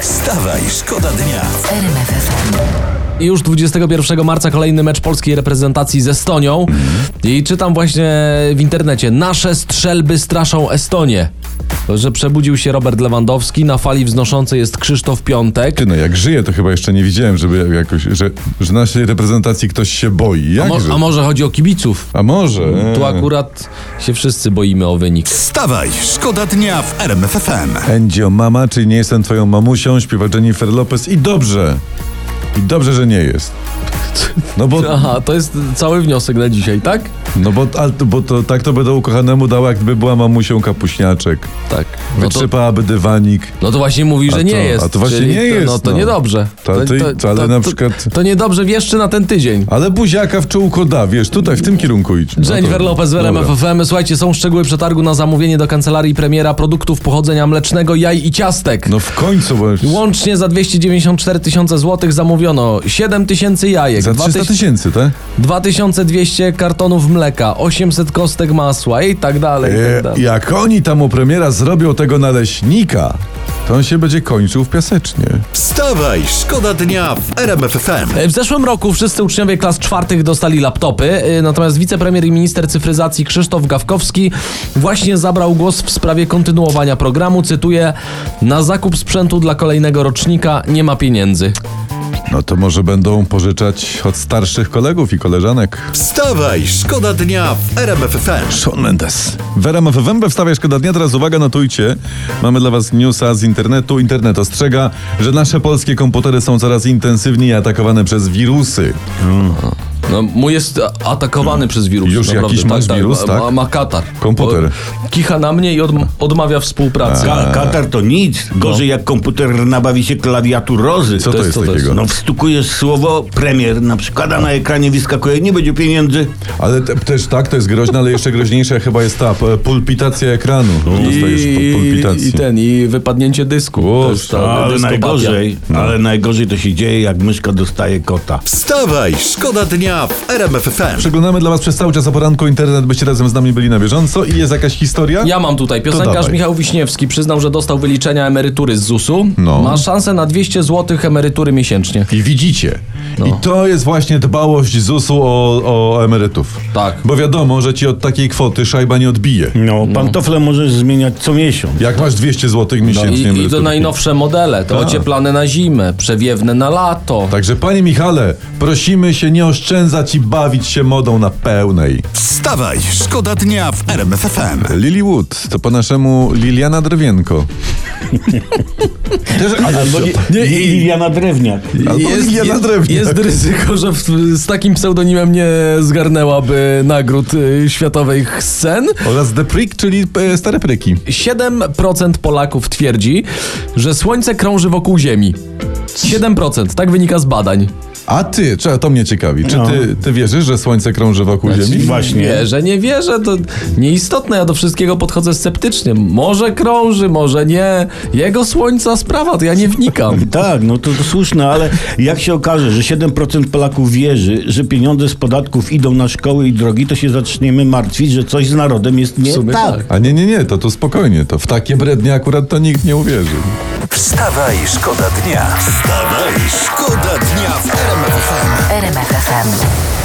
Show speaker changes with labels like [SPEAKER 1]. [SPEAKER 1] Wstawaj, szkoda dnia.
[SPEAKER 2] RMF FM.
[SPEAKER 3] I Już 21 marca kolejny mecz polskiej reprezentacji z Estonią. I czytam właśnie w internecie: Nasze strzelby straszą Estonię. Że przebudził się Robert Lewandowski, na fali wznoszący jest Krzysztof Piątek.
[SPEAKER 4] Ty, no jak żyję, to chyba jeszcze nie widziałem, żeby jakoś, że, że naszej reprezentacji ktoś się boi.
[SPEAKER 3] A,
[SPEAKER 4] Jak,
[SPEAKER 3] mo- a może chodzi o kibiców?
[SPEAKER 4] a może?
[SPEAKER 3] Tu akurat się wszyscy boimy o wynik.
[SPEAKER 1] Wstawaj, szkoda dnia w RMF FM.
[SPEAKER 4] Enzio Mama, czyli nie jestem twoją mamusią, śpiewa Jennifer Lopez i dobrze. I dobrze, że nie jest. No bo,
[SPEAKER 3] Aha, to jest cały wniosek na dzisiaj, tak?
[SPEAKER 4] no bo, al, bo to, tak to by do ukochanemu dała, jakby była mamusią kapuśniaczek.
[SPEAKER 3] Tak. No to,
[SPEAKER 4] Wytrzepałaby dywanik.
[SPEAKER 3] no to właśnie mówi,
[SPEAKER 4] Znaczy, A
[SPEAKER 3] że nie
[SPEAKER 4] to-
[SPEAKER 3] jest.
[SPEAKER 4] a to właśnie
[SPEAKER 3] czyli
[SPEAKER 4] nie jest,
[SPEAKER 3] No to
[SPEAKER 4] no.
[SPEAKER 3] niedobrze.
[SPEAKER 4] To- to- to- ale na przykład-
[SPEAKER 3] To, to niedobrze wieszczy na ten tydzień.
[SPEAKER 4] Ale buziaka w czółko da, wiesz, tutaj, w tym kierunku idź. No to-
[SPEAKER 3] Jennifer Lopez w RMF
[SPEAKER 4] Dobra.
[SPEAKER 3] FM. Słuchajcie, są szczegóły przetargu na zamówienie do kancelarii premiera produktów pochodzenia mlecznego, jaj i ciastek.
[SPEAKER 4] No w końcu, bo...
[SPEAKER 3] Łącznie za 294 tysiące złotych zamówiono 7 tysięcy jajek,
[SPEAKER 4] Za
[SPEAKER 3] 2
[SPEAKER 4] 300
[SPEAKER 3] tyś-
[SPEAKER 4] tysięcy, tak?
[SPEAKER 3] 2200 kartonów mleka, 800 kostek masła i tak dalej. I tak
[SPEAKER 4] E,
[SPEAKER 3] dalej.
[SPEAKER 4] jak oni tam u premiera zrobią tego naleśnika, to on się będzie kończył w piasecznie.
[SPEAKER 1] Wstawaj, szkoda dnia w RMF FM.
[SPEAKER 3] E, W zeszłym roku wszyscy uczniowie klas czwartych dostali laptopy, e, natomiast wicepremier i minister cyfryzacji Krzysztof Gawkowski właśnie zabrał głos w sprawie kontynuowania programu. Cytuję: Na zakup sprzętu dla kolejnego rocznika nie ma pieniędzy.
[SPEAKER 4] No to może będą pożyczać od starszych kolegów i koleżanek.
[SPEAKER 1] Wstawaj, szkoda dnia w RMF FM.
[SPEAKER 4] Sean Mendes. Wera ma wębę wstawia szkoda dnia. Teraz uwaga, notujcie. Mamy dla was newsa z internetu. Internet ostrzega, że nasze polskie komputery są coraz intensywniej atakowane przez wirusy.
[SPEAKER 3] No, mój jest a- atakowany przez wirus.
[SPEAKER 4] Już
[SPEAKER 3] naprawdę.
[SPEAKER 4] jakiś masz wirus,
[SPEAKER 3] Ma,
[SPEAKER 4] tak?
[SPEAKER 3] ma katar.
[SPEAKER 4] Komputer.
[SPEAKER 3] O, kicha na mnie i od, odmawia współpracy.
[SPEAKER 5] Ka- katar to nic. Gorzej jak komputer nabawi się klawiaturozy.
[SPEAKER 4] Co to,
[SPEAKER 3] jest-
[SPEAKER 4] jest,
[SPEAKER 3] co to jest?
[SPEAKER 4] takiego?
[SPEAKER 5] No wstukujesz słowo premier, na przykład a na ekranie wyskakuje, nie będzie pieniędzy.
[SPEAKER 4] Ale te, też tak, to jest groźne, ale jeszcze groźniejsza chyba jest ta p- pulpitacja ekranu.
[SPEAKER 3] No,
[SPEAKER 4] Dostajesz pu-
[SPEAKER 3] I,
[SPEAKER 4] pulpitację.
[SPEAKER 3] I ten, i wypadnięcie dysku.
[SPEAKER 4] O,
[SPEAKER 3] To jest ta
[SPEAKER 5] Ale
[SPEAKER 3] dyskopatia.
[SPEAKER 5] najgorzej, ale najgorzej to się dzieje, jak myszka dostaje kota.
[SPEAKER 1] Wstawaj, szkoda dnia w RMF FM.
[SPEAKER 4] Przeglądamy dla Was przez cały czas o poranku internet, byście razem z nami byli na bieżąco. I jest jakaś historia?
[SPEAKER 3] Ja mam tutaj. Piosenkarz
[SPEAKER 4] dawaj.
[SPEAKER 3] Michał Wiśniewski przyznał, że dostał wyliczenia emerytury z ZUS-u.
[SPEAKER 4] No.
[SPEAKER 3] Ma szansę na 200 zł emerytury miesięcznie.
[SPEAKER 4] I widzicie.
[SPEAKER 3] No.
[SPEAKER 4] I to jest właśnie dbałość ZUS-u o, o emerytów.
[SPEAKER 3] Tak.
[SPEAKER 4] Bo wiadomo, że ci od takiej kwoty szajba nie odbije.
[SPEAKER 5] No, pantofle możesz zmieniać co miesiąc.
[SPEAKER 4] Jak masz 200 zł
[SPEAKER 3] No I,
[SPEAKER 4] miesięcznie
[SPEAKER 3] I to
[SPEAKER 4] emerytury.
[SPEAKER 3] najnowsze modele. To
[SPEAKER 4] Tak.
[SPEAKER 3] ocieplane na zimę, przewiewne na lato.
[SPEAKER 4] Także panie Michale, prosimy się nie oszczędzać i bawić się modą na pełnej.
[SPEAKER 1] Wstawaj, szkoda dnia w RMF FM.
[SPEAKER 4] Lily Wood, to po naszemu Liliana Drewienko. Też, ale
[SPEAKER 5] Albo nie, nie, Liliana Drewniak.
[SPEAKER 4] Albo Liliana Drewniak.
[SPEAKER 3] jest ryzyko, że w, z takim pseudonimem nie zgarnęłaby nagród y, światowych scen.
[SPEAKER 4] Oraz The Prick, czyli e, stare pryki.
[SPEAKER 3] 7% Polaków twierdzi, że Słońce krąży wokół Ziemi. 7%, tak wynika z badań.
[SPEAKER 4] A ty, czy- to mnie ciekawi, czy
[SPEAKER 5] No.
[SPEAKER 4] ty, ty wierzysz, że Słońce krąży wokół Ziemi?
[SPEAKER 5] Właśnie.
[SPEAKER 3] Wierzę, nie wierzę, to nieistotne, ja do wszystkiego podchodzę sceptycznie. Może krąży, może nie. Jego Słońca sprawa, to ja nie wnikam.
[SPEAKER 5] Tak, no to, to słuszne, ale jak się okaże, że 7% Polaków wierzy, że pieniądze z podatków idą na szkoły i drogi, to się zaczniemy martwić, że coś z narodem jest nie
[SPEAKER 3] sumie
[SPEAKER 5] tak.
[SPEAKER 3] tak.
[SPEAKER 4] A nie, nie, nie, to tu spokojnie, to w takie brednie akurat to nikt nie uwierzy.
[SPEAKER 1] Wstawaj, szkoda dnia. Wstawaj, szkoda dnia w RMF FM.
[SPEAKER 2] RMF FM.